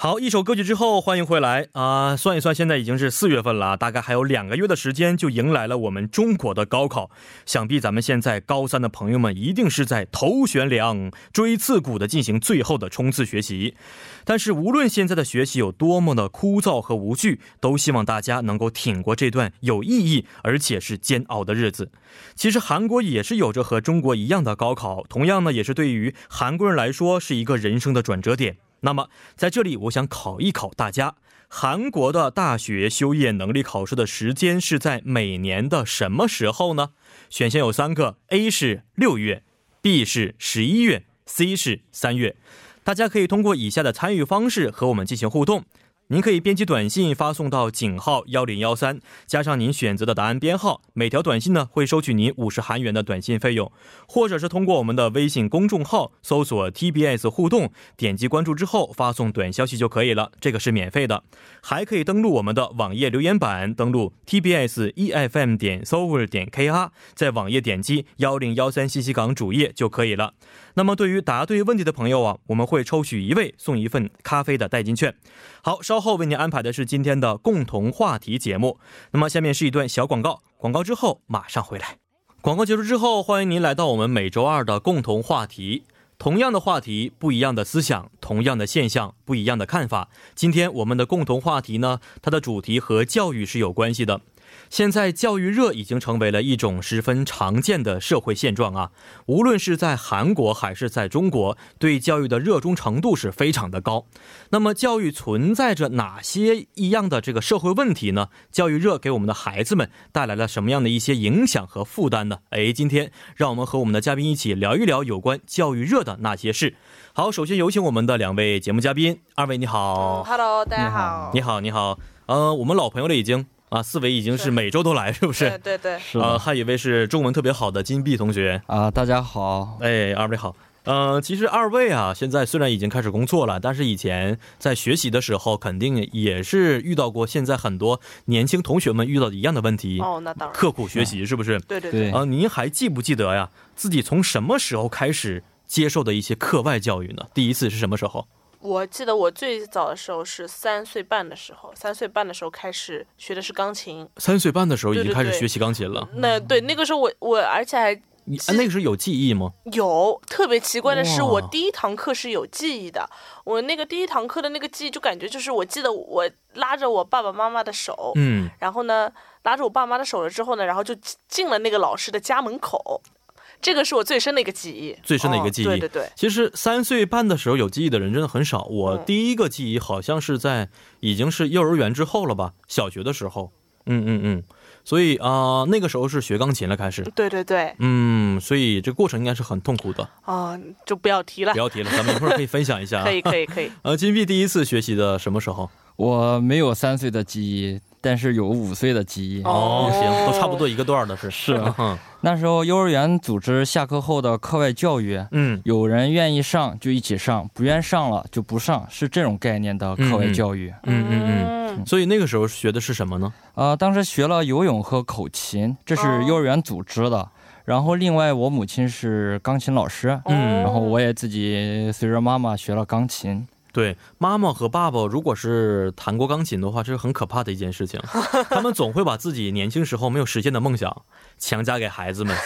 好，一首歌曲之后，欢迎回来啊、算一算，现在已经是四月份了啊，大概还有两个月的时间就迎来了我们中国的高考。想必咱们现在高三的朋友们一定是在头悬梁、锥刺股的进行最后的冲刺学习。但是，无论现在的学习有多么的枯燥和无趣，都希望大家能够挺过这段有意义而且是煎熬的日子。其实，韩国也是有着和中国一样的高考，同样呢，也是对于韩国人来说是一个人生的转折点。那么，在这里，我想考一考大家，韩国的大学修业能力考试的时间是在每年的什么时候呢？选项有三个：A 是六月，B 是十一月，C 是三月。大家可以通过以下的参与方式和我们进行互动。您可以编辑短信发送到井号幺零幺三，加上您选择的答案编号，每条短信呢会收取您五十韩元的短信费用，或者是通过我们的微信公众号搜索 TBS 互动，点击关注之后发送短消息就可以了，这个是免费的。还可以登录我们的网页留言板，登录 TBS EFM 点 s o v e r 点 KR，在网页点击幺零幺三信息港主页就可以了。那么对于答对问题的朋友啊，我们会抽取一位送一份咖啡的代金券。好，稍后为您安排的是今天的共同话题节目。那么下面是一段小广告，广告之后马上回来。广告结束之后，欢迎您来到我们每周二的共同话题。同样的话题，不一样的思想，同样的现象，不一样的看法。今天我们的共同话题呢，它的主题和教育是有关系的。现在教育热已经成为了一种十分常见的社会现状啊，无论是在韩国还是在中国，对教育的热衷程度是非常的高。那么，教育存在着哪些异样的这个社会问题呢？教育热给我们的孩子们带来了什么样的一些影响和负担呢？哎，今天让我们和我们的嘉宾一起聊一聊有关教育热的那些事。好，首先有请我们的两位节目嘉宾，二位你好。嗯 Hello，大家好。哦你好，你好，呃，我们老朋友了已经啊，四维已经是是每周都来，是不对是？哎对对，是呃，的还以为是中文特别好的金碧同学，呃啊，大家好，哎，二位好。呃，其实二位啊，现在虽然已经开始工作了，但是以前在学习的时候，肯定也是遇到过现在很多年轻同学们遇到的一样的问题，哦，那当然，刻苦学习，是不是？对对对。对，啊，您还记不记得呀？自己从什么时候开始呃接受的一些课外教育呢？第一次是什么时候？我记得我最早的时候是三岁半的时候，三岁半的时候开始学的是钢琴。三岁半的时候已经对对开始对学习钢琴了。那对那个时候我我而且还你啊其实那个时候有记忆吗？有特别奇怪的是，哇我第一堂课是有记忆的。我那个第一堂课的那个记忆，就感觉就是我记得我拉着我爸爸妈妈的手，嗯，然后呢拉着我爸妈的手了之后呢，然后就进进了那个老师的家门口。这个是我最深的一个记忆，最深的一个记忆哦对对对，其实三岁半的时候有记忆的人真的很少。我嗯第一个记忆好像是在已经是幼儿园之后了吧，小学的时候。嗯嗯嗯，所以啊、呃那个时候是学钢琴了开始。对对对，嗯，所以这过程应该是很痛苦 的。啊、就不要提了不。要提了，咱们一会儿可以分享一下、啊。 可以。可以可以，呃，金币第一次学习的什么时候？我没有三岁的记忆，但是有五岁的记忆。哦行，都差不多一个段儿的是。是嗯哼那时候幼儿园组织下课后的课外教育，嗯有人愿意上就一起上，不愿上了就不上，是这种概念的课外教育。 嗯嗯嗯嗯。所以那个时候学的是什么呢？啊，当时学了游泳和口琴，这哦是幼儿园组织的。然后另外我母亲是钢琴老师，哦嗯然后我也自己随着妈妈学了钢琴。对，妈妈和爸爸如果是弹过钢琴的话，这是很可怕的一件事 情。他们总会把自己年轻时候没有实现的梦想强加给孩 子们。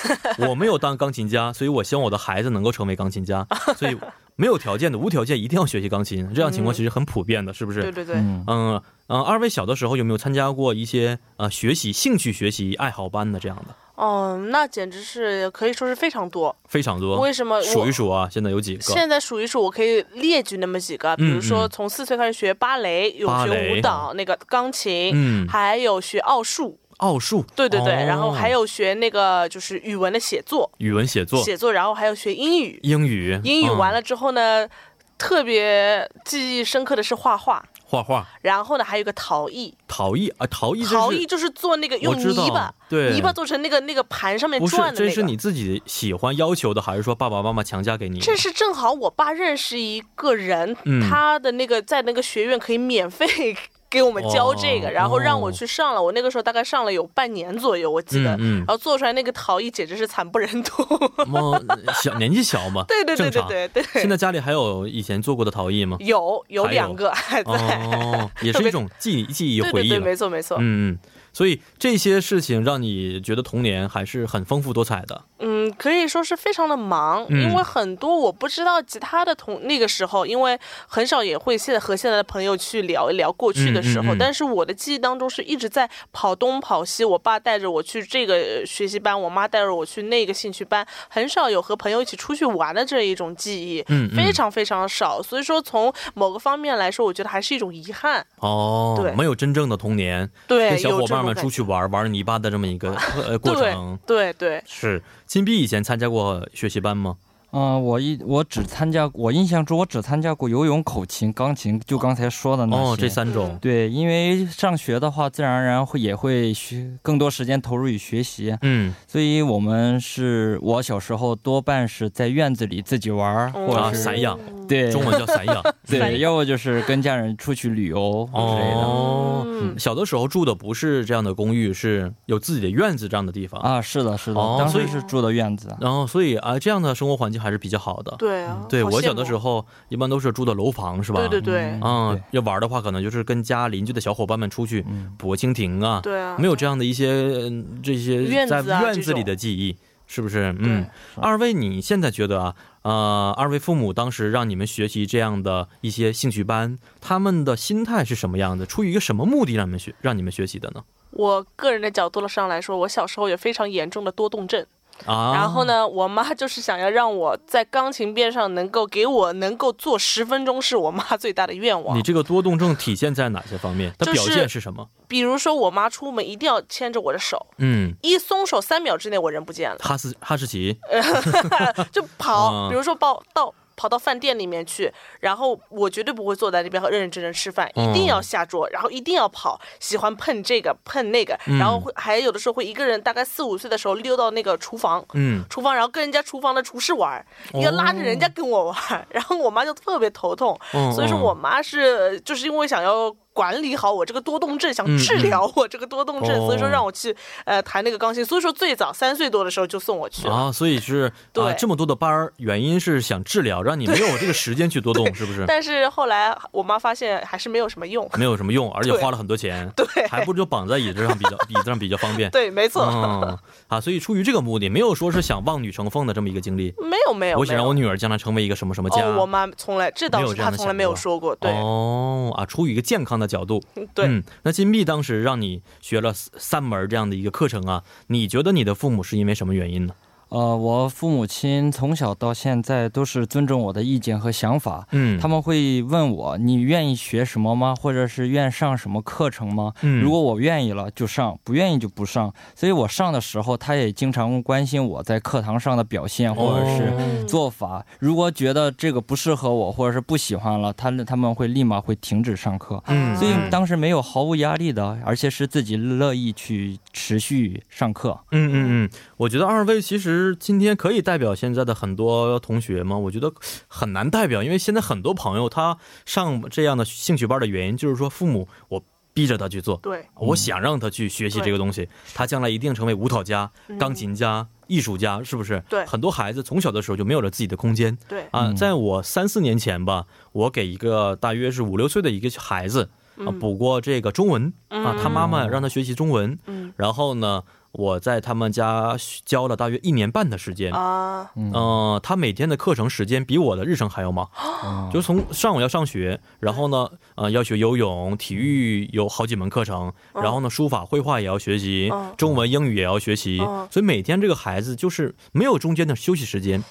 我没有当钢琴家，所以我希望我的孩子能够成为钢琴 家。所以没有条件的，无条件一定要学习钢琴。这样情况其实很普遍的，是不嗯对是？对对，嗯，嗯嗯、呃二位小的时候有没有参加过一些呃学习兴趣学习爱好班的这样的？哦，那简直是可以说是非常多。非常多，为什么我数一数啊，现在有几个？现在数一数，我可以列举那么几个，比如说嗯从四岁开始学芭蕾，有芭学蕾舞蹈，那个钢琴，嗯，还有学奥数，奥数，对对对，哦然后还有学那个就是语文的写作，语文写作、写作，然后还有学英语，英语，英语嗯完了之后呢，特别记忆深刻的是画画，画画。然后呢还有一个陶艺，陶艺啊，陶艺这是，陶艺就是做那个用我知道泥巴，对泥巴做成那个那个盘上面不是转，的这那是个。你自己喜欢要求的，还是说爸爸妈妈强加给你的？这是正好我爸认识一个人，嗯他的那个在那个学院可以免费 给我们教这哦个，然后让我哦去上了。我那个时候大概上了有半年左右，我记得。嗯然后做出来那个陶艺简直是惨不忍睹。 嗯，么小年纪小嘛，对对对正对常。对对。现在家里还有以前做过的陶艺吗？有有还有两个还在。哦，也是一种记忆记忆 对回对忆对，了。没错没错。嗯嗯，所以这些事情让你觉得童年还是很丰富多彩的。嗯，可以说是非常的忙，嗯因为很多我不知道吉他的同那个时候，因为很少也会现在和现在的朋友去聊一聊过去的时候，嗯嗯嗯但是我的记忆当中是一直在跑东跑西，我爸带着我去这个呃学习班，我妈带着我去那个兴趣班，很少有和朋友一起出去玩的这一种记忆，嗯嗯非常非常少，所以说从某个方面来说，我觉得还是一种遗憾，哦对，没有真正的童年，对，跟小伙伴有这种们感出去玩玩泥巴的这么一个 呃过程。对对对，是，金币以前参加过学习班吗？嗯、我一我只参加，我印象中我只参加过游泳、口琴、钢琴，就刚才说嗯的那些。哦，这三种。对，因为上学的话，自然而然会也会学更多时间投入于学习，嗯，所以我们是我小时候多半是在院子里自己玩儿，嗯或啊，者是、散养，对中文叫散 养。对，要不就是跟家人出去旅游之类的。哦，嗯小的时候住的不是这样的公寓，是有自己的院子这样的地方。啊，是的，是的，哦当所时以是住的院子。然后，所以啊，这样的生活环境还是比较好的。对啊，对好我羡小的慕时候，一般都是住的楼房，是吧？对对对。嗯嗯对，要玩的话，可能就是跟家邻居的小伙伴们出去嗯捕个蜻蜓啊，对啊，没有这样的一些嗯这些院子在啊院这子种里的记忆，是不是？嗯，二位你现在觉得啊，呃，二位父母当时让你们学习这样的一些兴趣班，他们的心态是什么样的？出于一个什么目的让你们学让你们学习的呢？我个人的角度上来说，我小时候有非常严重的多动症，啊，然后？呢，我妈就是想要让我在钢琴边上能够给我能够做十分钟，是我妈 最大的愿望你。这个多动症体现在哪些方面？它就表是现是什么？比如说，我妈出门一定要牵着我的手，嗯，一松手三秒之内我人不 见了，哈士哈士奇，呃就嗯跑。比如说报到。跑到饭店里面去，然后我绝对不会坐在那边和认认真真吃饭，一定要嗯下桌，然后一定要跑，喜欢碰这个碰那个，嗯然后会还有的时候会一个人，大概四五岁的时候溜到那个厨房，嗯，厨房，然后跟人家厨房的厨师玩儿，哦要拉着人家跟我玩儿，然后我妈就特别头痛，嗯所以说我妈是就是因为想要管理好我这个多动症，想嗯治疗我这个多动症，哦所以说让我去呃弹那个钢琴，所以说最早三岁多的时候就送我去了。啊，所以是啊、对这么多的班儿，原因是想治疗，让你没有这个时间去多动，是不是？但是后来我妈发现还是没有什么用， 没有什么用，而且对花了很多钱，对还不如就绑在椅子上比较， 椅子上比较方便。对，没错，嗯啊，所以出于这个目的，没有说是想望女成凤的这么一个经历。没有没有，我想让我没有女儿将来成为一个什么什么家。哦，我妈从来这没倒有是这样她的从来想没有过说过，对、哦啊，出于一个健康的角度，对。嗯，那金币当时让你学了三门这样的一个课程啊，你觉得你的父母是因为什么原因呢？呃，我父母亲从小到现在都是尊重我的意见和想法，嗯，他们会问我你愿意学什么吗？或者是愿上什么课程吗？嗯如果我愿意了就上，不愿意就不上。所以我上的时候，他也经常关心我在课堂上的表现或哦者是嗯做法。如果觉得这个不适合我，或者是不喜欢了，他他们会立马会停止上课。嗯所以嗯当时没有毫无压力的，而且是自己乐意去持续上课。嗯嗯嗯，我觉得二位其实今天可以代表现在的很多同学嘛，我觉得很难代表，因为现在很多朋友他上这样的兴趣班的原因就是说父母我逼着他去做，对，我想让他去学习这个东西，他将来一定成为舞蹈家、钢琴家、艺术家，是不是？嗯对很多孩子从小的时候就没有了自己的空间对啊。嗯在我三四年前吧，我给一个大约是五六岁的一个孩子嗯啊补过这个中文啊，他妈妈让他学习中文，嗯然后呢，我在他们家教了大约一年半的时间。啊，嗯、他每天的课程时间比我的日程还要忙，啊就是从上午要上学，然后呢，呃，要学游泳、体育有好几门课程，然后呢，书法、绘画也要学习，嗯中文、英语也要学习，嗯所以每天这个孩子就是没有中间的休息时间。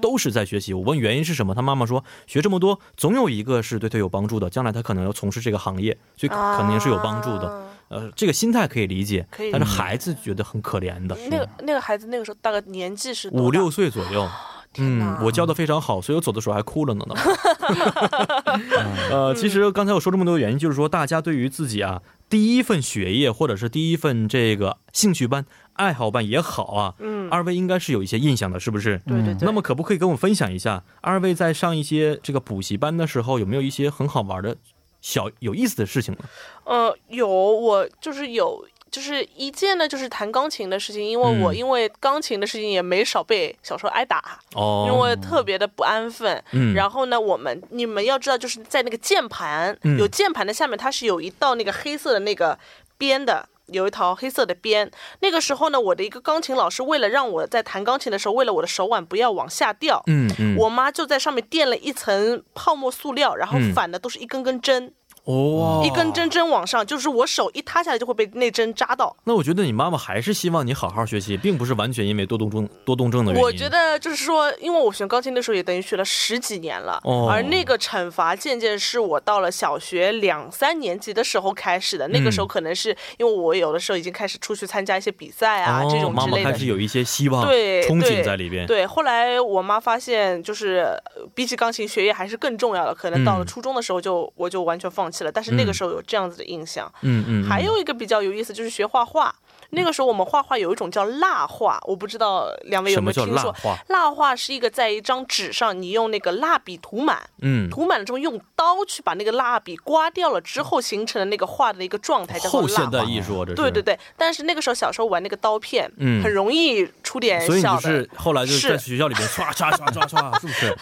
都是在学习。我问原因是什么，他妈妈说学这么多，总有一个是对他有帮助的，将来他可能要从事这个行业，所以嗯啊肯定是有帮助的。呃，这个心态可以理解，可以理但解嗯是孩子觉得很可怜的，那个那个孩子那个时候大概年纪是多五大六岁左右。哦天嗯哪，我教的非常好，所以我走的时候还哭了呢。 呢嗯呃，其实刚才我说这么多原因，就是说大家对于自己啊第一份学业或者是第一份这个兴趣班、爱好班也好啊，嗯，二位应该是有一些印象的，是不是？嗯对对对。那么可不可以跟我分享一下，二位在上一些这个补习班的时候，有没有一些很好玩的小有意思的事情吗？呃，有我就是有。就是一件呢，就是弹钢琴的事情，因为我嗯因为钢琴的事情也没少被小时候挨打，哦，因为特别的不安分。嗯，然后呢，我们你们要知道，就是在那个键盘、嗯有键盘的下面，它是有一道那个黑色的那个边的。有一条黑色的边，那个时候呢，我的一个钢琴老师为了让我在弹钢琴的时候，为了我的手腕不要往下掉，嗯嗯，我妈就在上面垫了一层泡沫塑料，然后嗯反的都是一根根针，哦，一根。针针往上，就是我手一塌下来就会被那针扎到。那我觉得你妈妈还是希望你好好学习，并不是完全因为多动症多动症的原因。我觉得就是说，因为我学钢琴的时候也等于学了十几年了，哦而那个惩罚渐渐是我到了小学两三年级的时候开始的。那个嗯时候可能是因为我有的时候已经开始出去参加一些比赛啊、哦这种妈之妈类开的。始有一些希望、对啊憧憬对在里边。对，后来我妈发现，就是呃比起钢琴学业还是更重要的。可能到了嗯初中的时候就，我就完全放弃了。但是那个嗯时候有这样子的印象。嗯嗯，嗯还有一个比较有意思就是学画画。那个时候我们画画有一种叫蜡画，我不知道两位有什没么有叫听蜡说？画？蜡画是一个在一张纸上，你用那个蜡笔涂满，嗯，涂满了之后用刀去把那个蜡笔刮掉了之后形成的那个画的一个状态，叫做后蜡现代画。艺术啊，这是对对对，但是那个时候小时候玩那个刀片，嗯很容易出点所以你小就的，是后来就是是在学校里面刷刷刷刷刷，是不 是？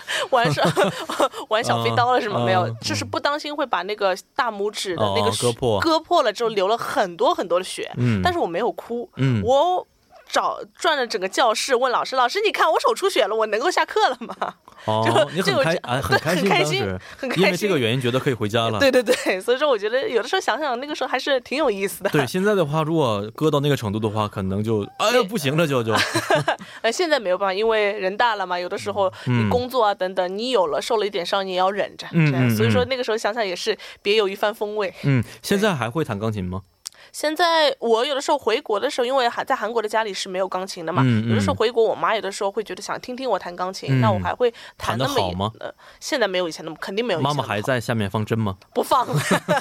玩小玩小飞刀了是吗？嗯没有嗯，就是不当心会把那个大拇指的那哦个割破割破了之后流了很多很多的血，嗯但是我没有哭，嗯我找转了整个教室问老师，老师你看我手出血了，我能够下课了吗？哦就，你很就开这啊，很对开很心，开当心时很开因心。为这个原因觉得可以回家了。对对对，所以说我觉得有的时候想想那个时候还是挺有意思的。对，现在的话，如果搁到那个程度的话，可能就哎呀不行了， 就就呃，现在没有办法，因为人大了嘛，有的时候嗯你工作啊等等，你有了受了一点伤，你也要忍着。嗯这样嗯所以说嗯那个时候想想也是别有一番风味。嗯。现在还会弹钢琴吗？现在我有的时候回国的时候，因为还在韩国的家里是没有钢琴的嘛，嗯嗯有的时候回国，我妈有的时候会觉得想听听我弹钢琴，嗯那我还会弹弹得那么好一吗呃，现在没有以前那么，肯定没有以前妈那么妈好。还在下面放针吗？不放了，不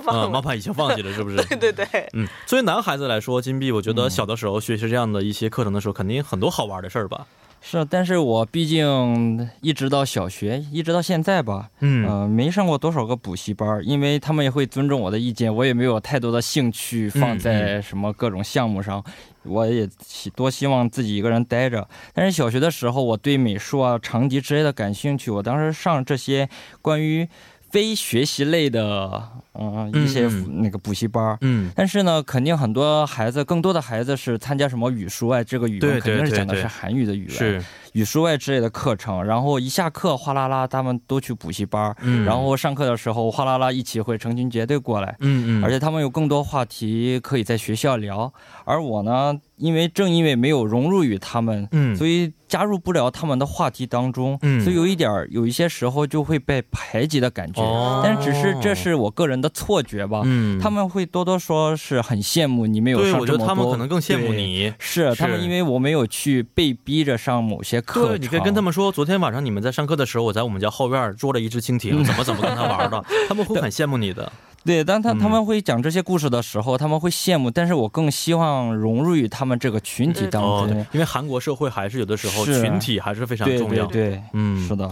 放啊、了。 妈妈已经放弃了，是不是？对对对，嗯，作为男孩子来说，金币，我觉嗯得小的时候学习这样的一些课程的时候，肯定很多好玩的事儿吧？是，但是我毕竟一直到小学，一直到现在吧，嗯呃，没上过多少个补习班儿，因为他们也会尊重我的意见，我也没有太多的兴趣嗯放在什么各种项目上，我也希多希望自己一个人待着。但是小学的时候，我对美术啊、长笛之类的感兴趣，我当时上这些关于非学习类的，嗯、一些嗯那个补习班儿。嗯，但是呢，肯定很多孩子，更多的孩子是参加什么语数外，这个语对文肯定对是对讲的对是韩语的语文，是，语数外之类的课程。然后一下课，哗啦啦，他们都去补习班儿，嗯，然后上课的时候，哗啦啦一起会成群结队过来。嗯嗯，而且他们有更多话题可以在学校聊，而我呢，因为正因为没有融入于他们，嗯，所以加入不了他们的话题当中，嗯所以有一点儿有一些时候就会被排挤的感觉。哦，但只是这是我个人的错觉吧，嗯，他们会多多说是很羡慕你没有对，上我觉这得么多，他们可能更羡慕对。你。是他们，是因为我没有去被逼着上某些课对，你可以跟他们说，昨天晚上你们在上课的时候，我在我们家后院捉了一只蜻 蜓，怎么怎么跟它玩的，他们会很羡慕你的。对，当他嗯他们会讲这些故事的时候，他们会羡慕，但是我更希望融入于他们这个群体当哦，对中。，因为韩国社会还是有的时候是啊群体还是哦非常对重对要。对，嗯，是的，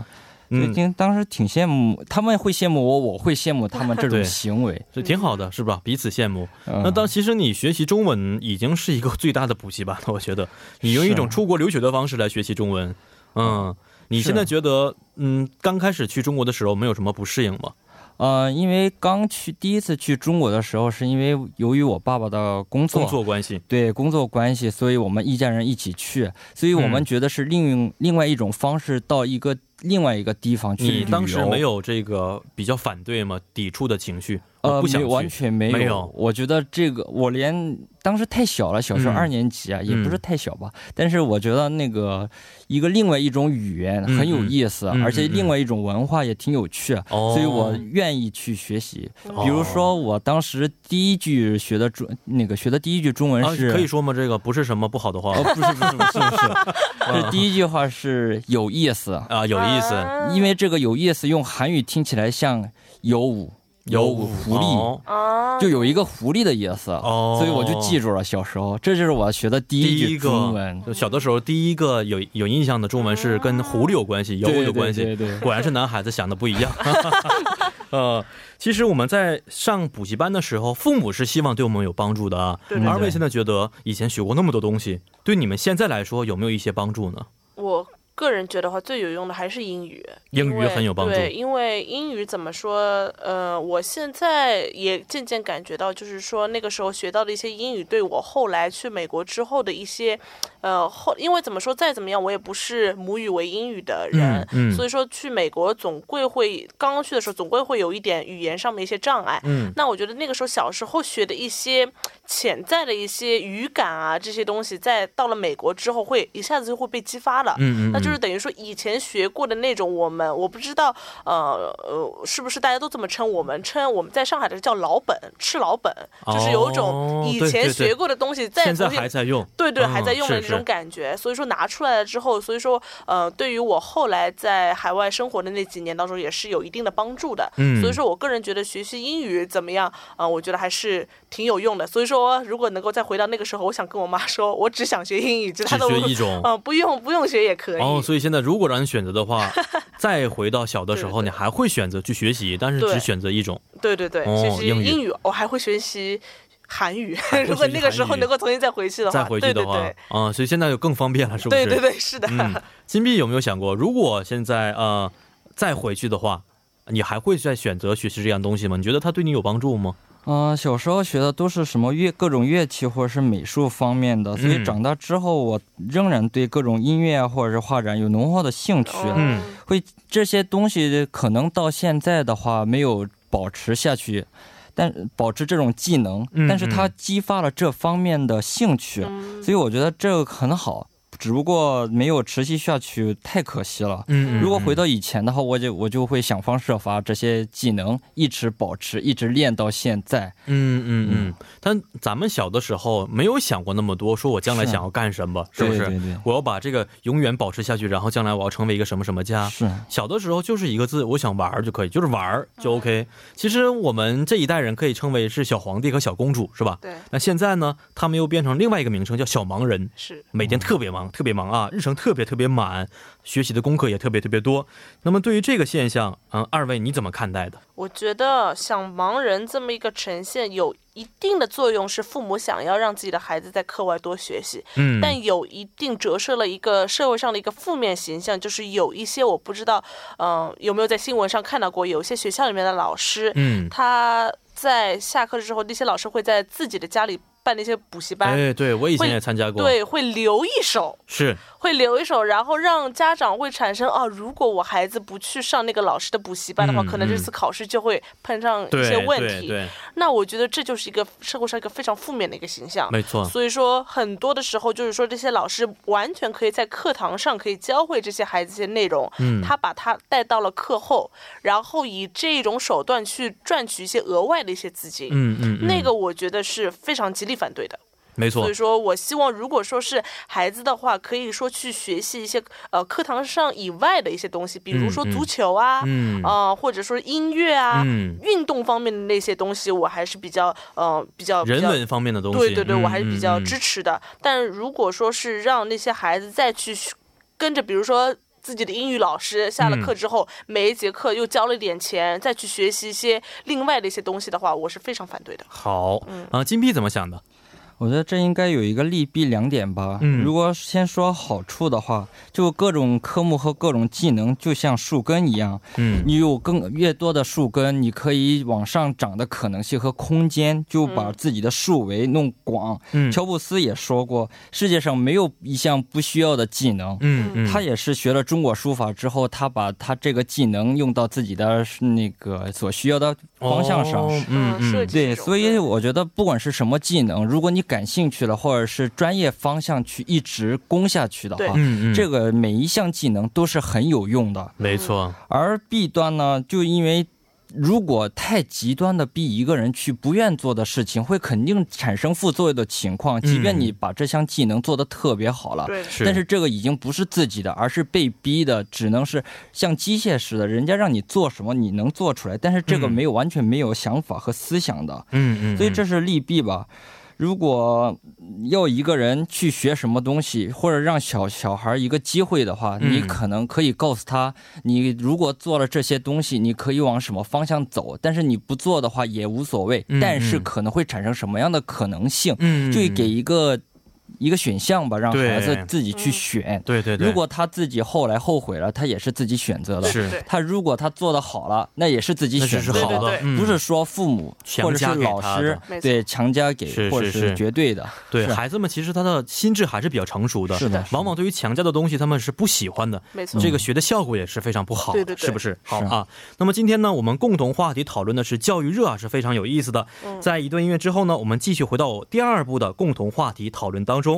所以嗯，今当时挺羡慕，他们会羡慕我，我会羡慕他们这 对种行为。这挺好的，是吧？彼此羡慕。嗯那当其实你学习中文已经是一个最大的补习班了，我觉 得你用一种出国留学的方式来学习中文，啊嗯，你现在觉得嗯，刚开始去中国的时候没有什么不适应吗？呃，因为刚去第一次去中国的时候，是因为由于我爸爸的工作，工作关系，对工作关系，所以我们一家人一起去，所以我们嗯觉得是另、另外一种方式到一个另外一个地方去旅你游。当时没有这个比较反对吗？抵触的情绪，我呃，不想没去，有完全没有。没有我觉得这个我连当时太小了，小学嗯二年级啊，也不是嗯太小吧。但是我觉得那个一个另外一种语言嗯很有嗯意思，嗯而且嗯另嗯外一种文化也挺有趣。啊哦，所以我愿意去学习，比如哦说我当时第一句学的中那个学的第一句中文啊，是，可以说吗？这个不是什么不好的话哦，不是不是不是不 是，是第一句话是有意思，啊，有意思，因为这个有意思用韩语听起来像有舞舞狐狸，哦啊，就有一个狐狸的意思，哦所以我就记住了小时候，这就是我学的第第一一句个中文，啊就小的时候，第一个有有印象的中文是跟狐狸有关系，有对 有关系。对对对果然是男孩子想的不一样。 呃，其实我们在上补习班的时候，父母是希望对我们有帮助的啊。对对二位现在觉得以前学过那么多东西，对你们现在来说有没有一些帮助呢？我个人觉得话，最有用的还是英语。英因语为很有帮助。对，因为英语怎么说？呃，我现在也渐渐感觉到，就是说那个时候学到的一些英语，对我后来去美国之后的一些，呃，后因为怎么说，再怎么样，我也不是母语为英语的人，嗯嗯所以说去美国总归会刚刚去的时候，总归会有一点语言上面一些障碍。嗯那我觉得那个时候小时候学的一些呃潜在的一些语感啊，这些东西，在到了美国之后会一下子就会被激发了。嗯嗯，那就是嗯等于说以前学过的那种我们，我不知道，呃呃，是不是大家都这么称我们？称我们在上海的叫老本，吃老本，就是有一哦种以对对前对学过的东西再现在重新还在用。对对，嗯还在用的是那是种感觉。所以说拿出来了之后，所以说呃，对于我后来在海外生活的那几年当中，也是有一定的帮助的。嗯所以说我个人觉得学习英语怎么样啊、呃我觉得还是挺有用的。所以说如果能够再回到那个时候，我想跟我妈说，我只想学英语，其他的只我学一种 嗯、不用不用学也可以。哦，所以现在如果让你选择的 话，再回到小的时候，对你还会选择去学习，但是只对选择一种。对对对，哦学习英语英语，我还会学习韩语会。 如学果习那个韩时候语能够重新再回去的话，再回去的话，对啊、所以现在就更方便了，是不是？对对对对对，是的。嗯，金币有没有想过，如果现在呃再回去的话，你还会再选择学习这样东西吗？你觉得它对你有帮助吗？嗯、小时候学的都是什么乐各种乐器或者是美术方面的，所嗯以长大之后我仍然对各种音乐啊或者是画展有浓厚的兴趣。嗯哦会这些东西可能到现在的话没有保持下去，但保持这种技能嗯，但是它激发了这方面的兴趣，嗯所以我觉得这个很好。只不过没有持续下去，太可惜了。嗯如果回到以前的话，我就我就会想方设法这些技能一直保持，一直练到现在。嗯嗯嗯，但咱们小的时候没有想过那么多，说我将来想要干什么，是不是对对对我要把这个永远保持下去，然后将来我要成为一个什么什么家。是，小的时候就是一个字，我想玩儿就可以，就是玩儿就 OK。其实我们这一代人可以称为是小皇帝和小公主，是吧？对，那现在呢，他们又变成另外一个名称，叫小盲人。是。每天特别忙，特别忙啊，日程特别特别满，学习的功课也特别特别多。那么对于这个现象，嗯，二位你怎么看待的？我觉得想盲人这么一个呈现有一定的作用，是父母想要让自己的孩子在课外多学习，嗯，但有一定折射了一个社会上的一个负面形象，就是有一些我不知道，嗯、有没有在新闻上看到过，有一些学校里面的老师，嗯，他在下课之后，那些老师会在自己的家里办那些补习班，哎，对我以前会也参加过，，对，会留一手，是，会留一手，然后让家长会产生啊，如果我孩子不去上那个老师的补习班的话，嗯可能这次考试就会碰上一对，些问对题。啊对，那我觉得这就是一个社会上一个非常负面的一个形象。没错，所以说，很多的时候就是说，这些老师完全可以在课堂上可以教会这些孩子一些内容，嗯他把他带到了课后，然后以这种手段去赚取一些额外的一些资金，嗯嗯，嗯那个我觉得是非常极力反对的。没错所以，说我希望，如果说是孩子的话，可以说去学习一些呃课堂上以外的一些东西，比如说嗯嗯足球啊，嗯呃，或者说音乐啊、嗯，运动方面的那些东西，我还是比较呃比较比人较。文方面的东西，对对对，嗯我还是比较嗯嗯支持的。但如果说是让那些孩子再去学跟着，比如说自己的英语老师下了嗯课之后，每一节课又交了一点钱，再去学习一些另外的一些东西的话，我是非常反对的。好嗯啊。金币怎么想的？我觉得这应该有一个利弊两点吧。嗯如果先说好处的话，就各种科目和各种技能就像树根一样，嗯你有更越多的树根，你可以往上长的可能性和空间，就把自己的树围弄广。嗯乔布斯也说过，世界上没有一项不需要的技能。嗯嗯，他也是学了中国书法之后，他把他这个技能用到自己的那个所需要的方向上。哦嗯嗯设嗯计对，这种所以对我觉得不管是什么技能，如果你感兴趣了，或者是专业方向去一直攻下去的对话，嗯，嗯这个每一项技能都是很有用的。没错，而弊端呢，就因为如果太极端的逼一个人去不愿做的事情，会肯定产生副作用的情况。即嗯便你把这项技能做得特别好啊了。对的，是，但是这个已经不是自己的，而是被逼的，只能是像机械似的，人家让你做什么，你能做出来，但是这个嗯没有、完全没有想法和思想的，嗯嗯，所以嗯这是利弊吧。如果要一个人去学什么东西，或者让小小孩一个机会的话，嗯你可能可以告诉他，你如果做了这些东西，你可以往什么方向走，但是你不做的话也无所谓嗯，但是嗯可能会产生什么样的可能性，嗯就给一个一个选项吧，让对孩子自己去选。对对对，如果他自己后来后悔了，他也是自己选择的。是对他如果他做的好了，那也是自己那选只择是的。好的，对对对嗯不是说父母强或者加是给老他师的没错对强加给，是或是者是是绝对的。对是孩子们，其实他的心智还是比较成熟的，是的是的往往对于强加的东西，他们是不喜欢的。没错这个学的效果也是非常不好的，对对对是不是？好是啊。那么今天呢，我们共同话题讨论的是教育热啊，是非常有意思的。嗯在一段音乐之后呢，我们继续回到第二部的共同话题讨论当中。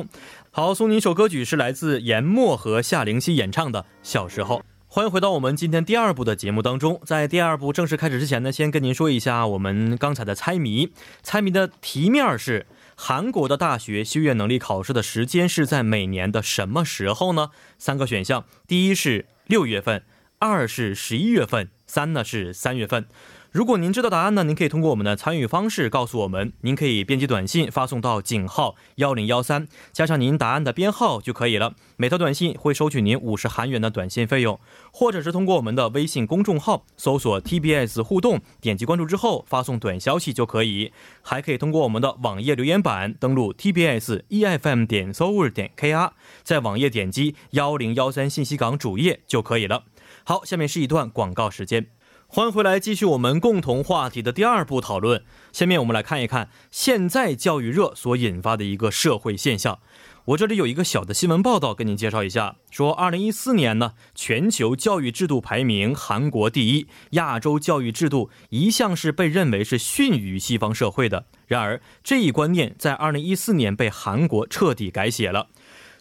好，送你一首歌曲，是来自严默和夏灵溪演唱的《小时候》。欢迎回到我们今天第二部的节目当中。在第二部正式开始之前呢，先跟您说一下我们刚才的猜谜。猜谜的题面是：韩国的大学修业能力考试的时间是在每年的什么时候呢？三个选项，第一是六月份，二是十一月份，三呢是三月份。如果您知道答案呢，您可以通过我们的参与方式告诉我们。您可以编辑短信发送到井号幺零幺三，加上您答案的编号就可以了。每条短信会收取您五十韩元的短信费用，或者是通过我们的微信公众号搜索 TBS 互动，点击关注之后发送短消息就可以。还可以通过我们的网页留言板登录 TBS EFM E 点 s o u r 点 KR，在网页点击幺零幺三信息港主页就可以了。好，下面是一段广告时间。欢迎回来，继续我们共同话题的第二步讨论。下面我们来看一看现在教育热所引发的一个社会现象。我这里有一个小的新闻报道，跟您介绍一下，说二零一四年呢，全球教育制度排名韩国第一，亚洲教育制度一向是被认为是逊于西方社会的。然而，这一观念在二零一四年被韩国彻底改写了，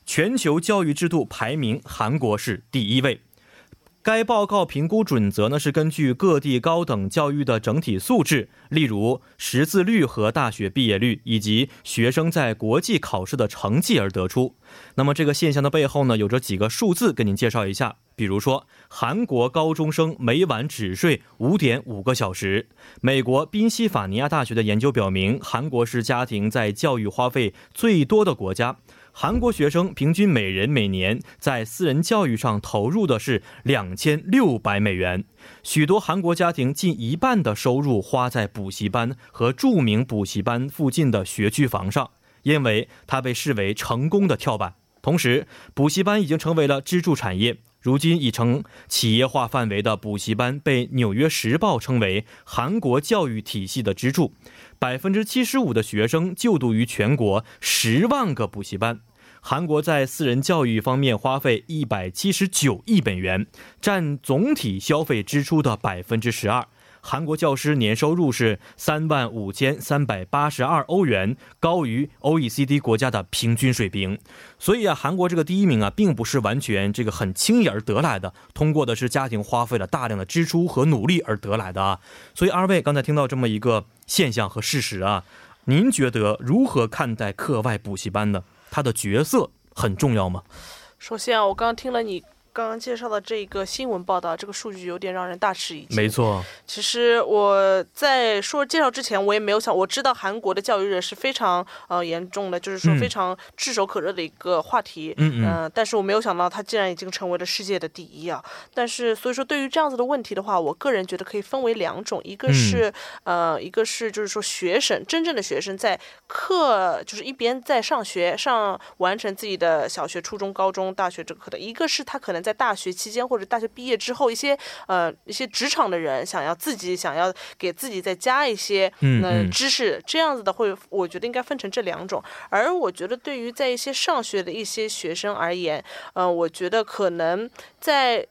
全球教育制度排名韩国是第一位。该报告评估准则呢是根据各地高等教育的整体素质，例如识字率和大学毕业率，以及学生在国际考试的成绩而得出。那么这个现象的背后呢，有着几个数字跟您介绍一下，比如说韩国高中生每晚只睡五点五个小时。美国宾夕法尼亚大学的研究表明，韩国是家庭在教育花费最多的国家。韩国学生平均每人每年在私人教育上投入的是两千六百美元。许多韩国家庭近一半的收入花在补习班和著名补习班附近的学区房上，因为它被视为成功的跳板。同时，补习班已经成为了支柱产业。如今已成企业化范围的补习班被《纽约时报》称为韩国教育体系的支柱。百分之七十五的学生就读于全国十万个补习班。韩国在私人教育方面花费一百七十九亿美元，占总体消费支出的百分之十二。韩国教师年收入是三万五千三百八十二欧元，高于 OECD 国家的平均水平。所以啊，韩国这个第一名啊，并不是完全这个很轻易而得来的，通过的是家庭花费了大量的支出和努力而得来的啊。所以二位刚才听到这么一个现象和事实啊，您觉得如何看待课外补习班呢？它的角色很重要吗？首先啊，我刚刚听了你刚刚介绍的这个新闻报道，这个数据有点让人大吃一惊。没错，其实我在说介绍之前，我也没有想，我知道韩国的教育热是非常呃严重的，就是说嗯非常炙手可热的一个话题。嗯嗯呃但是我没有想到它竟然已经成为了世界的第一啊！但是所以说，对于这样子的问题的话，我个人觉得可以分为两种，一嗯个是、呃，一个是就是说学生真正的学生在课就是一边在上学上完成自己的小学、初中、高中、大学这个课的，一个是他可能在大学期间或者大学毕业之后一些呃一些职场的人想要自己想要给自己再加一些嗯呃嗯知识，这样子的会我觉得应该分成这两种。而我觉得对于在一些上学的一些学生而言，呃，我觉得可能在。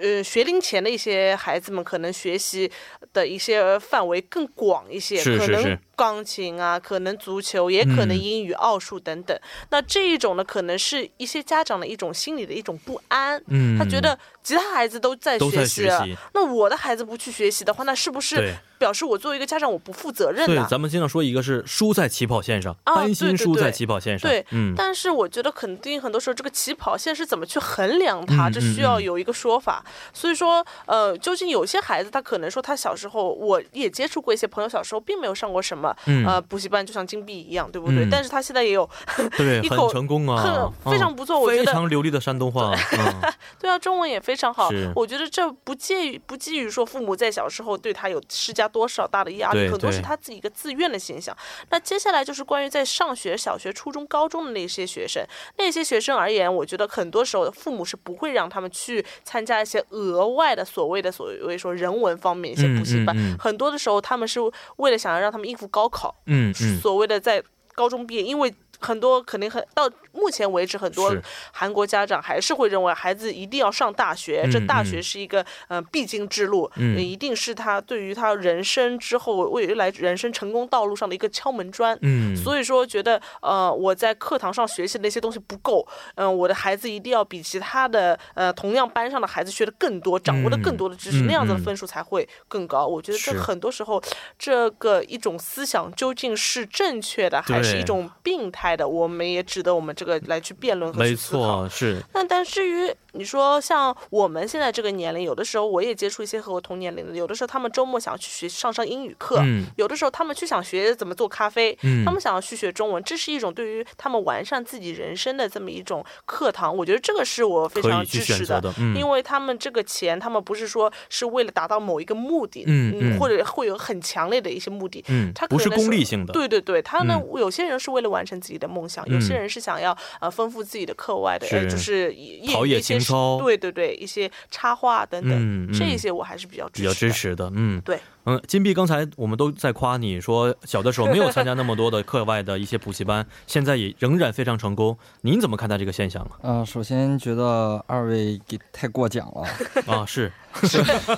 呃，学龄前的一些孩子们可能学习的一些范围更广一些，是可是嗯能是钢琴啊，可能足球，也可能英语、奥数等等。那这一种呢，可能是一些家长的一种心理的一种不安，嗯，他觉得其他孩子都在都在学习学了，习，那我的孩子不去学习的话，那是不对是表示我作为一个家长我不负责任对呢、，咱们经常说一个是输在起跑线上，啊担心输对对在对起跑线上，对嗯，但是我觉得肯定很多时候这个起跑线是怎么去衡量它，嗯这嗯需要嗯有一个说法。所以说，呃，究竟有些孩子他可能说他小时候，我也接触过一些朋友，小时候并没有上过什么嘛，嗯呃，补习班就像金币一样，对不对？嗯但是他现在也有对，一很口成功很、啊，非嗯常不错，我觉非得常流利的山东话，嗯，对啊，中文也非常好是。我觉得这不介于不基于说父母在小时候对他有施加多少大的压力，对很多是对他自己一个自愿的现象。那接下来就是关于在上学、小学、初中、高中的那些学生，那些学生而言，我觉得很多时候父母是不会让他们去参加一些额外的所谓的所谓说人文方面一些嗯补习班。嗯嗯很多的时候，他们是为了想要让他们应付高考， 嗯嗯，所谓的在高中毕业，因为很多肯定很到目前为止，很多是韩国家长还是会认为孩子一定要上大学，嗯这大学是一个呃必经之路，嗯呃一定是他对于他人生之后未来人生成功道路上的一个敲门砖。嗯，所以说，觉得呃，我在课堂上学习的那些东西不够，嗯、我的孩子一定要比其他的呃同样班上的孩子学的更多，掌握的更多的知识，嗯嗯那样子的嗯分数才会更高。我觉得这是很多时候，这个一种思想究竟是正确的，还是对一种病态的，我们也值得我们这个来去辩论和没去思错，考。是，那但至于你说像我们现在这个年龄，有的时候我也接触一些和我同年龄的，有的时候他们周末想去学上上英语课，嗯有的时候他们去想学怎么做咖啡，嗯他们想要去学中文，这是一种对于他们完善自己人生的这么一种课堂。我觉得这个是我非可常以去支选持择的，嗯，因为他们这个钱，他们不是说是为了达到某一个目的，嗯嗯或者会有很强烈的一些目的，嗯他，可不是能功利性的，对对对，他呢，嗯有些人是为了完成自己的梦想，有嗯些人是想要呃丰富自己的课外的，是呃就是业陶余冶的一些情事操对对对，一些插画等等，嗯嗯这一些我还是比较比较支的。持的，嗯，对，嗯，金币，刚才我们都在夸你说小的时候没有参加那么多的课外的一些补习班，现在也仍然非常成功。您怎么看待这个现象啊？嗯、首先觉得二位给太过奖了，啊，是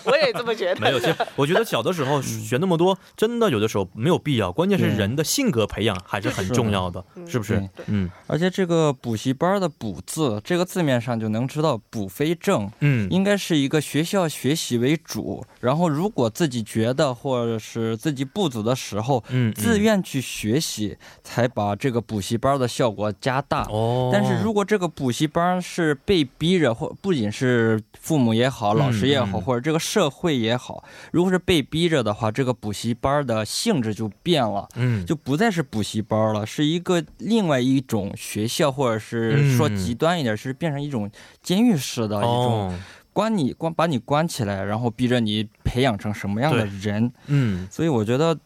我也这么 觉得。没有， 其实我觉得小的时候嗯学那么多，真的有的时候没有必要，关键是人的性格培养还是很重要的，嗯是不是？嗯而且这个补习班的“补”字，这个字面上就能知道补非正，嗯应该是一个学校学习为主，然后如果自己觉得或者是自己不足的时候，嗯，自愿去学习，才把这个补习班的效果加大。哦，但是如果这个补习班是被逼着，或不仅是父母也好，老师也好，嗯或者这个社会也好，如果是被逼着的话，这个补习班的性质就变了。嗯就不再是补习班了，是一个另外一种学校，或者是说嗯极端一点，是变成一种监狱式的一种哦关你关把你关起来，然后逼着你培养成什么样的人。嗯所以我觉得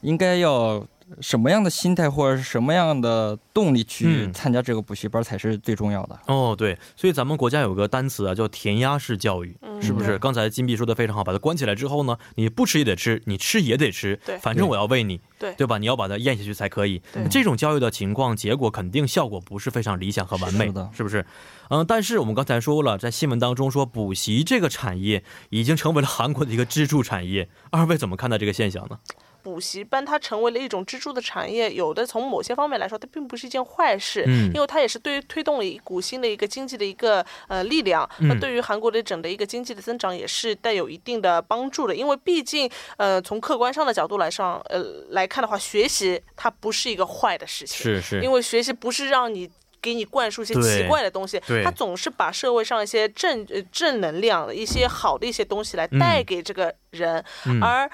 应该要什么样的心态或者是什么样的动力去嗯参加这个补习班才是最重要的。哦，对，所以咱们国家有个单词啊，叫填鸭式教育，嗯是不是？刚才金币说的非常好，把它关起来之后呢，你不吃也得吃，你吃也得吃，对反正我要喂你，对对吧？你要把它咽下去才可以对。这种教育的情况，结果肯定效果不是非常理想和完美是的是不是？嗯，但是我们刚才说了，在新闻当中说，补习这个产业已经成为了韩国的一个支柱产业，二位怎么看待这个现象呢？补习班它成为了一种支柱的产业，有的从某些方面来说，它并不是一件坏事，嗯因为它也是对推动了一股新的一个经济的一个呃力量。嗯那对于韩国的整的一个经济的增长也是带有一定的帮助的，因为毕竟呃从客观上的角度来上呃来看的话，学习它不是一个坏的事情，是是因，为学习不是让你。给你灌输一些对奇怪的东西对，它总是把社会上一些正呃正能量、一些好的一些东西来带给这个人，嗯而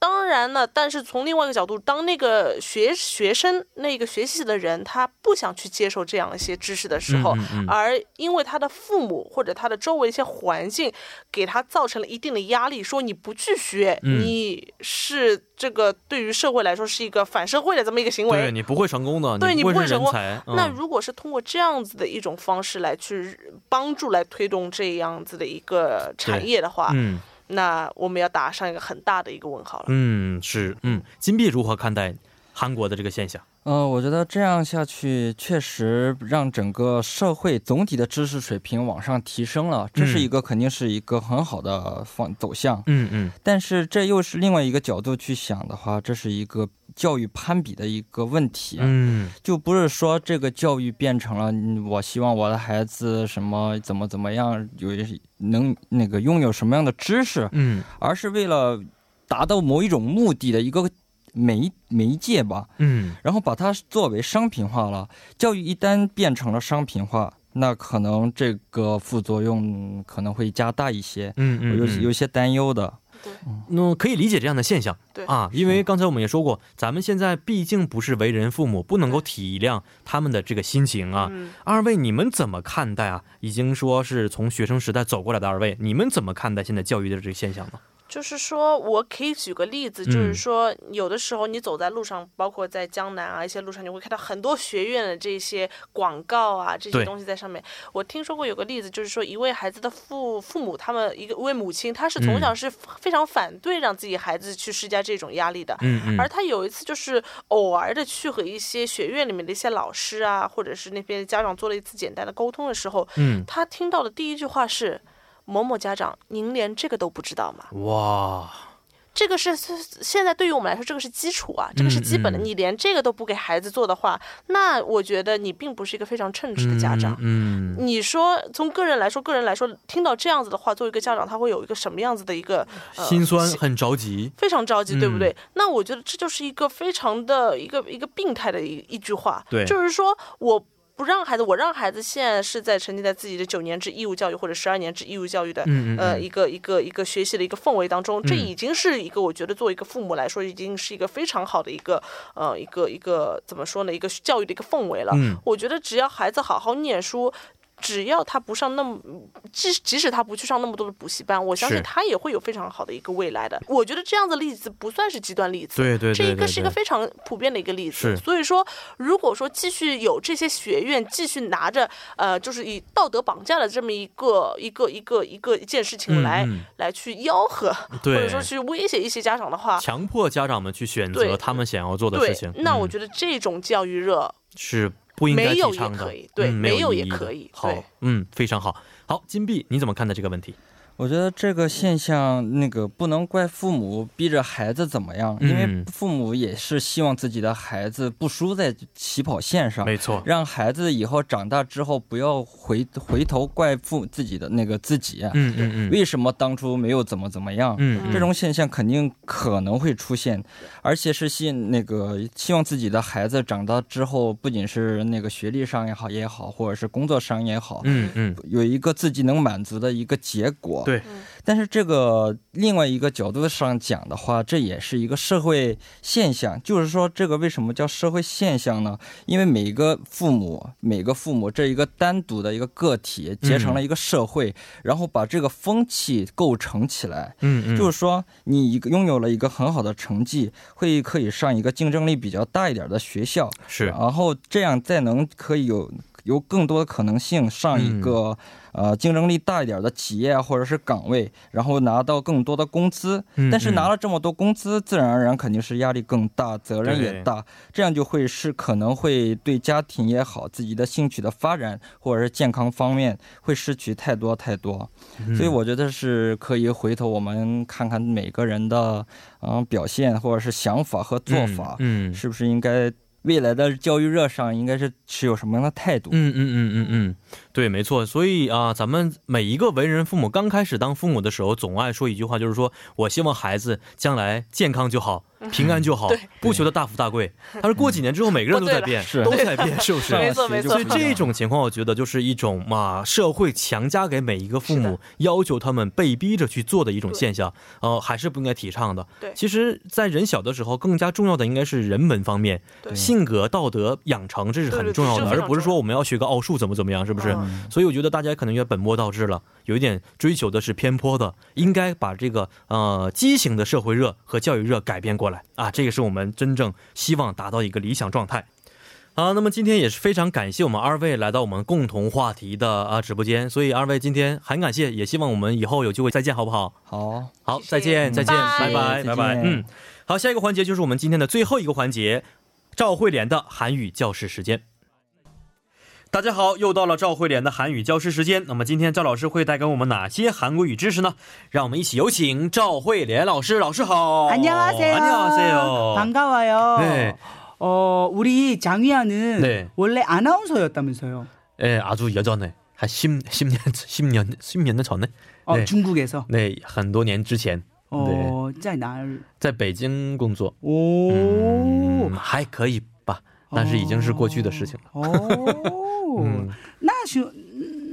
当然呢，但是从另外一个角度，当那个学学生、那个学习的人，他不想去接受这样一些知识的时候，啊嗯嗯嗯而因为他的父母或者他的周围一些环境，给他造成了一定的压力，说你不去学，嗯你是这个对于社会来说是一个反社会的这么一个行为，对你不会成功的，对你你不会是成人功才。嗯那如果是通过这样子的一种方式来去帮助来推动这样子的一个产业的话，嗯那我们要打上一个很大的一个问号了。嗯是嗯，金币如何看待韩国的这个现象？嗯、我觉得这样下去确实让整个社会总体的知识水平往上提升了，这是一个肯定是一个很好的方走向。嗯嗯。但是这又是另外一个角度去想的话，这是一个教育攀比的一个问题。啊嗯就不是说这个教育变成了嗯我希望我的孩子什么怎么怎么样有一能那个拥有什么样的知识，嗯而是为了达到某一种目的的一个媒媒介吧，嗯然后把它作为商品化了。教育一旦变成了商品化，那可能这个副作用可能会加大一些，嗯我有有一些担忧的。对，那嗯可以理解这样的现象，对啊，因为刚才我们也说过，咱们现在毕竟不是为人父母，不能够体谅他们的这个心情啊。嗯，二位，你们怎么看待啊？已经说是从学生时代走过来的二位，你们怎么看待现在教育的这个现象呢？就是说我可以举个例子，就是嗯说有的时候你走在路上，包括在江南啊一些路上，你会看到很多学院的这些广告啊这对些东西在上面。我听说过有个例子，就是说一位孩子的父父母，他们一个一位母亲，她是嗯从小是非常反对让自己孩子去施加这种压力的，嗯嗯，而他有一次就是偶尔的去和一些学院里面的一些老师啊，或者是那边家长做了一次简单的沟通的时候，嗯，他听到的第一句话是：“某某家长，您连这个都不知道吗？”哇，这个是是现在对于我们来说，这个是基础啊，这个是基本的。嗯你连这个都不给孩子做的话，那我觉得你并不是一个非常称职的家长。嗯，嗯你说从个人来说，个人来说，听到这样子的话，作为一个家长，他会有一个什么样子的一个、呃、心酸，很着急，非常着急，对不嗯对？那我觉得这就是一个非常的一个一个病态的一一句话，对就是说我。不让孩子，我让孩子现在是在沉浸在自己的九年制义务教育或者十二年制义务教育的，嗯嗯嗯呃，一个一个一个学习的一个氛围当中，这嗯已经是一个我觉得作为一个父母来说，已经是一个非常好的一个呃一个一个怎么说呢，一个教育的一个氛围了。嗯我觉得只要孩子好好念书，只要他不上那么，即即使他不去上那么多的补习班，我相信是他也会有非常好的一个未来的。我觉得这样的例子不算是极端例子，对对对对呃这一个是一个对非常普遍的一个例是子。所以说，如果说继续有这些学院继续拿着呃，就是以道德绑架的这么一个一个一个一个一件事情来、嗯嗯来去吆喝，或对者说去威胁一些家长的话，强迫家长们去选择对他们想要做的对事情，，那我嗯觉得这种教育热是不应该没有提倡也的可以，对嗯没有意也义的可以好对，嗯，非常好。好，金币，你怎么看待这个问题？我觉得这个现象，那个不能怪父母逼着孩子怎么样，因嗯为父母也是希望自己的孩子不输在起跑线上，没错，啊让孩子以后长大之后不要回回头怪父自己的那个自己，啊嗯嗯嗯为什么当初没有怎么怎么样？嗯，嗯这种现象肯定可能会出现，而且是希那个希望自己的孩子长大之后，不仅是那个学历上也好也好，或者是工作上也好，嗯嗯，有一个自己能满足的一个结果。对，但是这个另外一个角度上讲的话，这也是一个社会现象。就是说，这个为什么叫社会现象呢？因为每个父母，每个父母这一个单独的一个个体结成了一个社会，然后把这个风气构成起来。嗯嗯，就是说，你一个拥有了一个很好的成绩，会可以上一个竞争力比较大一点的学校，是然后这样再能可以有有更多的可能性上一嗯个、呃竞争力大一点的企业或者是岗位，然后拿到更多的工资。嗯但是嗯拿了这么多工资，自然而然肯定是压力更大，责任对也大，这样就会是可能会对家庭也好，自己的兴趣的发展或者是健康方面会失去太多太多。嗯所以我觉得是可以回头我们看看每个人的嗯、呃表现或者是想法和做法。嗯嗯是不是应该未来的教育热上应该是持有什么样的态度？嗯嗯嗯嗯嗯，对，没错。所以啊、咱们每一个为人父母刚开始当父母的时候，总爱说一句话，就是说我希望孩子将来健康就好，平安就好， 对不求他大富大贵。他说过几年之后，每个人都在变，是啊都在 变，是不是？没错没错所 以这种情况，我觉得就是一种嘛，社会强加给每一个父是母的，要求他们被逼着去做的一种对现象，呃，还是不应该提倡的。对其实，在人小的时候，更加重要的应该是人文方面，对性格、道德养成，这是对很对重要的，这是非而常不是重说要我们要学个奥数怎么怎么样，是不是？嗯所以我觉得大家可能有点本末倒置了，有一点追求的是偏颇的，应该把这个呃畸形的社会热和教育热改变过来啊，这个是我们真正希望达到一个理想状态。好，那么今天也是非常感谢我们二位来到我们共同话题的啊直播间，所以二位今天很感谢，也希望我们以后有机会再见，好不好？好，好，谢谢再见，再见，拜拜拜，再拜拜。见嗯，好，下一个环节就是我们今天的最后一个环节，赵慧莲的韩语教室时间。大家好，又到了赵慧莲的韩语教室时间。那么今天赵老师会带给我们哪些韩国语知识呢？让我们一起有请赵慧莲老师。老师好， 안녕하세요. 안녕하세요. 반가워요. 어, 네. 어, 우리 장위아는 네. 원래 아나운서였다면서요. 예, 哎 아주 예전에 한 10, 10년, 10년, 10년 전에 어, 네. 哦 중국에서. 哦 네, 很多年之前. 네. 어, 짜 날. 在北京工作 오. 嗯还可以吧但是已经是过去的事情了 오. 嗯那是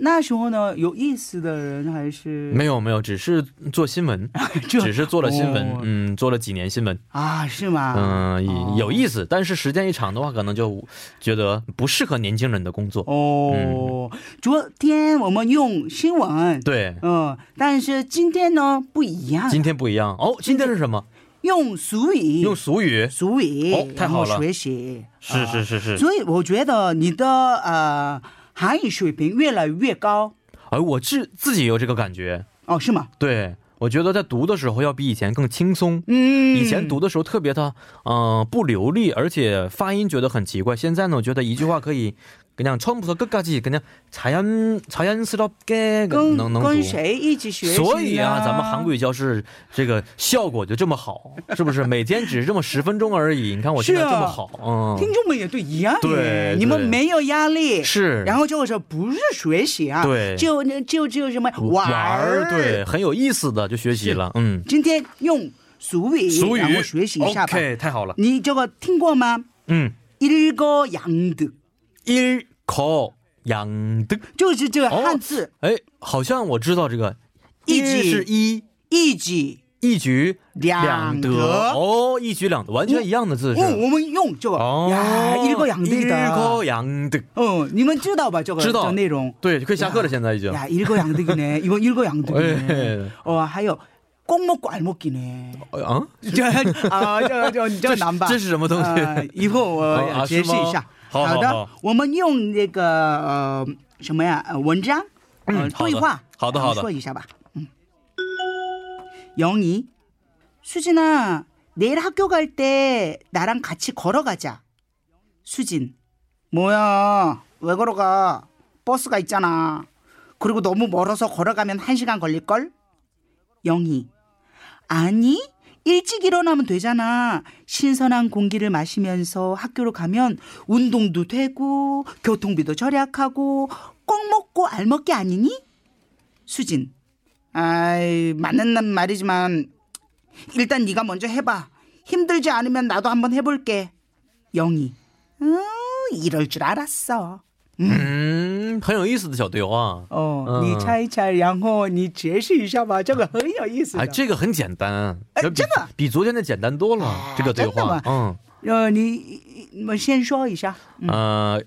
那时候呢，有意思的人还是没有没有，只是做新闻，嗯啊这只是做了新闻哦，嗯，做了几年新闻，啊，是吗？嗯，哦有意思，但是时间一长的话，可能就觉得不适合年轻人的工作。哦， 음. 昨天我们用新闻，对，嗯，但是今天呢不一样，今天不一样哦，今天是什么？用俗语，用俗语，俗语，哦太好了然后学习，是是是是。所以我觉得你的呃韩语水平越来越高而哎我自自己也有这个感觉，哦，是吗？对我觉得在读的时候要比以前更轻松。嗯，以前读的时候特别的，嗯、不流利，而且发音觉得很奇怪。现在呢，我觉得一句话可以그냥처음부터끝까지그냥자연자연스럽게 跟能能跟读。谁一起学习呢？所以啊，咱们韩国语教室这个效果就这么好，是不是？每天只是这么十分钟而已。你看我现在这么好，啊嗯听众们也都一样耶，对你们对没有压力，嗯，是。然后就是不是学习啊，对就那就就什么玩儿儿，，对，很有意思的就学习了，嗯，今天用俗语，俗然语后学习一下吧。 OK，太好了，你这个听过吗？嗯，一个양득 一口养的，就是这个哦汉字，哎，好像我知道这个，一举是一，一举一举两得，得。哦，一举两得，完全一样的字是，哦，我们用这个哦，呀，一个양득 一 이 口养的，嗯，你们知道吧？这个知道这内容对，可以下课了，现在已经，呀，一个양득이네 이건一个양득이네 哎，哦，还有꼭먹고알먹기네 啊，这啊，这这这难吧？这是什么东西？呃，以后啊我啊解释一是下。吗好好的好我们用那个呃什么呀呃文章，呃嗯好的对话，好的好的说一下吧。嗯， 음. 영희수진아내일학교갈 때나랑같이걸어가자 수진 뭐야 왜 걸어가 버스가 있잖아 그리고 너무 멀어서 걸어가면 한시간 걸릴걸 영희 아니 일찍 일어나면 되잖아 신선한 공기를 마시면서 학교로 가면 운동도 되고 교통비도 절약하고 꼭 먹고 알 먹기 아니니 수진 아이 맞는 난 말이지만 일단 네가 먼저 해봐 힘들지 않으면 나도 한번 해볼게 영희 음, 이럴 줄 알았어 嗯，很有意思的小对话。哦，嗯你猜一猜，然后你解释一下吧，这个很有意思的。哎，这个很简单，哎这比真的哎比昨天的简单多了。这个对真的话吗，嗯呃，你你们先说一下。呃，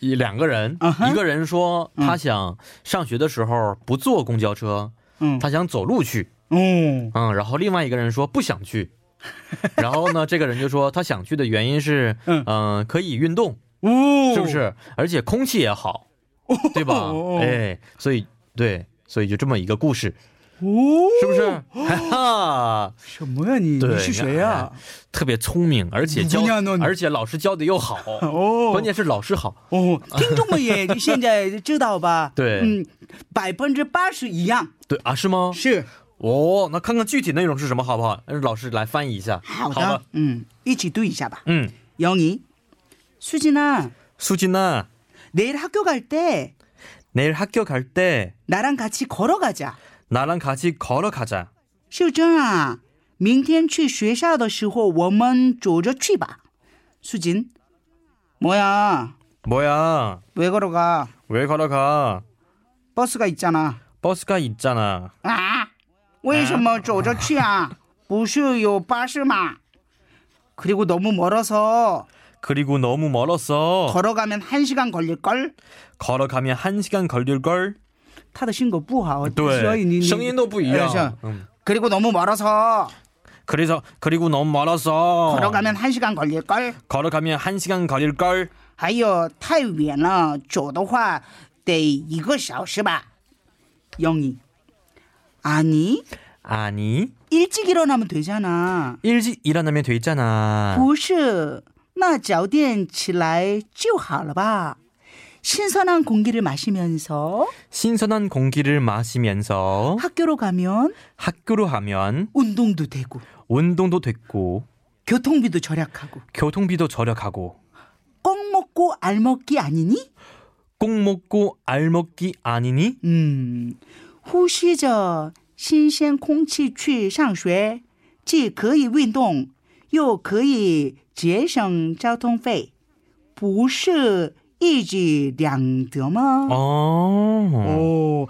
一两个人嗯，哼一个人说他想上学的时候不坐公交车，嗯他想走路去，嗯嗯，然后另外一个人说不想去， 然后呢，这个人就说他想去的原因是，嗯嗯，可以运动，哦，是不？是？而且空气也好，对吧哦？哎，所以对，所以就这么一个故事，哦，是不是？哈哈。什么呀你？对哎你是谁呀？特别聪明，而且教姑娘呢，你而且老师教的又好， 哦，关键是老师好。哦，听众们也现在知道吧？对嗯，百分之八十一样对啊，是吗？是哦，那看看具体内容是什么好不好？让老师来翻译一下。好好的吧。嗯，一起对一下吧。嗯， 영희수진아 수진아 내일학교갈 때 내일학교갈때 나랑같이걸어가자 나랑같이걸어가자 秀珍啊，明天去学校的时候我们走着去吧。수진뭐야 뭐야 왜걸어가 왜걸어가 버스가있잖아 버스가있잖아 啊？为什么走着去啊？不是有巴士吗？그리고너무멀어서 그리고너무멀었어 걸어가면 한 시간 걸릴 걸. 걸어가면한시간걸릴걸 他的性格不好， 네. 所以你对，你声音都不一哎是样。嗯， 그리고너무멀어서 음. 그래서그리고너무멀었어 걸어가면 한 시간 걸릴 걸. 걸어가면한시간걸릴걸 还有太远了，走的话得一个小时吧。영희아니 아니 일찍일어나면되잖아 일찍 일어나면 되잖아. 不是，那早点起来就好了吧？신선한공기를마시면서 어? 신선한 공기를 마시면서 학교로 가면 학교로 가면 운동도 되고 운동도 됐고 교통비도 절약하고 교통비도 절약하고 꼭 먹고 알 먹기 아니니? 꼭 먹고 알 먹기 아니니? 嗯，呼吸着新鲜空气去上学，既可以运动，又可以节省交通费，不是 어. 이지량드마. 어. 哦， 오.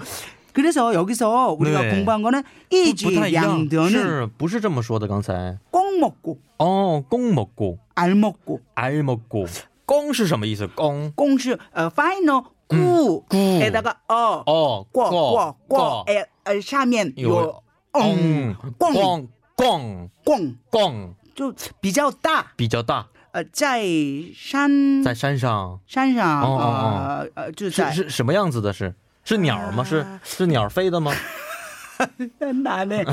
그래서 여기서 우리가 네. 공부한 거는 不不太一样， 이지량드는 是不是这么说的？刚才 꽁 먹고 哦，公먹고， 알 먹고 알 먹고，公是什么意思？公 꽁슈 어 파이너 구에다가 어 哦， 꿔 过 꿔꿔에 어, 샤면 有 요엉 嗯，咣咣 꽁 咣就比较大比较大，呃在山在山上山上哦哦呃呃就是嗯在啊是什么样子的？是是鸟吗？是是鸟飞的吗？ 나네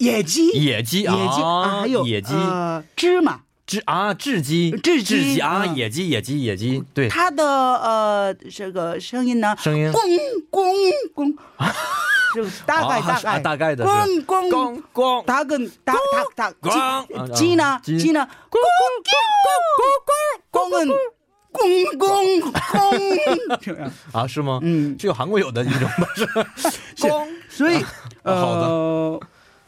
예지 野鸡啊， 예지 아, 还有野鸡， 어, 芝麻雉啊，雉鸡，雉鸡啊，嗯野鸡，野鸡，野鸡，对，他的呃这个声音呢，声音咣咣 咣，就大概啊大是啊概大概的是咣咣，咣咣它跟它它它咣鸡鸡呢啊鸡鸡呢咣咣咣咣咣咣咣 咣咣这样，啊，是吗？嗯只有韩国有的一种吧，是咣，所以好的呃。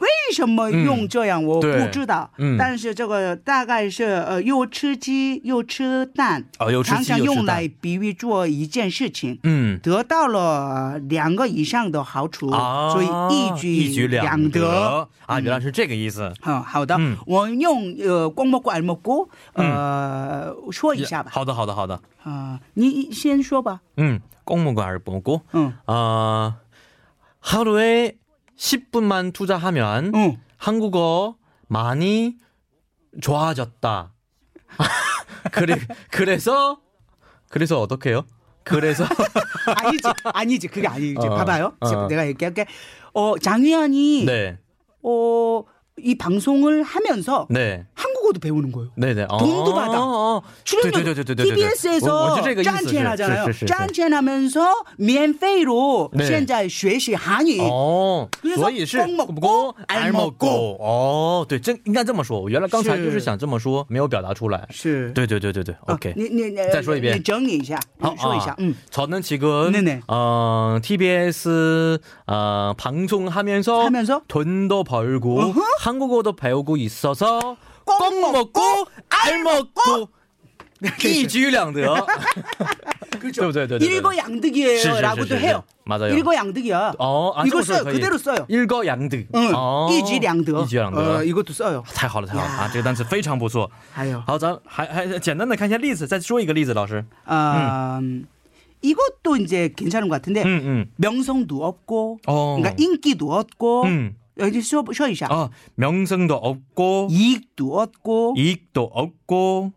为什么用这样？我对不知道。嗯但是这个大概是呃，又吃鸡又吃蛋，哦，又吃常鸡常又用吃来蛋，比喻做一件事情。嗯，得到了两个以上的好处，啊，所以一举一举两得。啊，原来是这个意思。嗯，好的，嗯我用呃光蘑菇、耳蘑菇，呃，说一下吧。好的，好的，好的，啊、你先说吧。 嗯，公木瓜尔蘑菇，嗯 아하루에10분만투자하면 嗯， 한국어 많이 좋아졌다. 그래 그래서 그래서 어떻게요? 그래서 아니지, 아니지, 그게 아니지. 어, 봐봐요. 어. 지금 내가 얘기할게. 어 장유연이 네. 어 이 방송을 하면서 네. 한국어도 배우는 거예요. 네, 네. 어, 돈도 받아. 어, 어. 출연료 TBS에서 我我是这个意思，是- 赚钱하잖아요. 是-是-是。 赚钱하면서 免费로 네. 어。 现在学习韩语.哦，就是说所以是公母公爱爱母母狗狗哦，对，真应该这么说。我原来刚才是就是想这么说，没有表达出来。是对对对对对，OK。 어, 네, 네, 네, 再说一遍。 네, 정리이자. 好啊说一下. 응. 저는 지금 네네. 어, TBS 어, 방송하면서 하면서? 돈도 벌고 어허. 한국어도 배우고 있어서 꽁 꽁 먹고 먹고, 그렇죠. 알 먹고 이주량도요. 그렇죠. 네, 네, 네, 네. 실- 실- 일거양득이에요라고도 실- 실- 해요. 맞아요. 일거양득이야. 어, 아, 이거 저거 써요. 저거 그대로 써요. 일거양득. 응. 어. 이지량득. 이지량득. 어, 이것도 써요. 太好了，太好了啊！这个单词非常不错。 아유. 好，咱还还简单的看一下例子，再说一个例子，老师。 아, 이것도 이제 괜찮은 것 같은데 嗯嗯， 명성도 없고 어. 그러니까 인기도 얻고 음. 여기 쇼 쇼이샤. 嗯啊，명성도없고 이익도 얻고 이익도 없고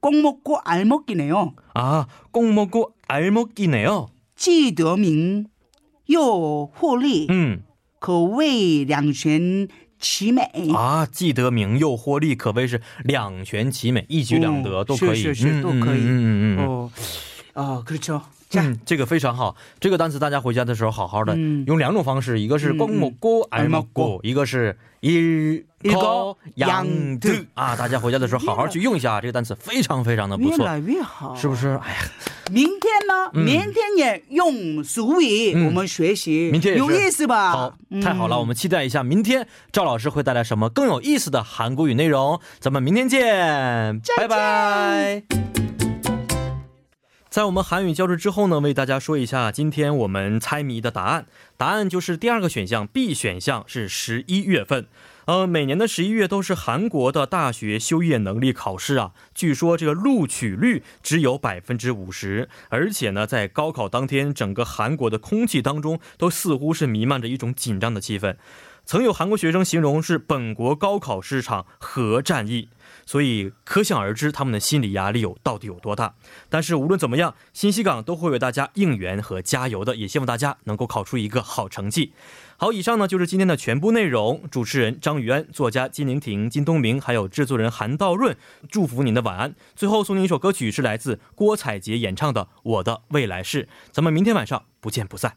꼭 먹고 알 먹기네요. 아, 꼭 먹고 알 먹기네요. 지더밍 요 호리 음. 거웨이 량쉔 지메 아, 记得名诱惑力可谓是两全其美，一举两得，嗯，都可以，是，是，是，嗯，都可以。嗯，嗯，嗯，嗯，嗯。 어, 어哦 그렇죠. 자, 嗯，这个非常好。这个单词大家回家的时候好好的嗯用两种方式，一个是嗯光먹고알먹 먹 고 고， 一个是일거양 양 득 득 啊。大家回家的时候好好去用一下啊这个单词，非常非常的不越错，来越好，是不？嗯是？哎呀，明天呢？明天也用俗语，我们学习，嗯明天也是有意思吧？嗯好，太好了，我们期待一下明天赵老师会带来什么更有意思的韩国语内容。咱们明天见，拜拜。在我们韩语教室之后呢，为大家说一下今天我们猜谜的答案。答案就是第二个选项 B 选项是十一月份。呃，每年的十一月都是韩国的大学修业能力考试啊，据说这个录取率只有百分之五十，而且呢，在高考当天，整个韩国的空气当中都似乎是弥漫着一种紧张的气氛。曾有韩国学生形容是本国高考市场核战役，所以可想而知他们的心理压力有到底有多大。但是无论怎么样，新西港都会为大家应援和加油的，也希望大家能够考出一个好成绩。好，以上呢就是今天的全部内容。主持人张宇安，作家金玲婷、金东明，还有制作人韩道润，祝福您的晚安。最后送您一首歌曲，是来自郭采洁演唱的《我的未来式》。咱们明天晚上不见不散。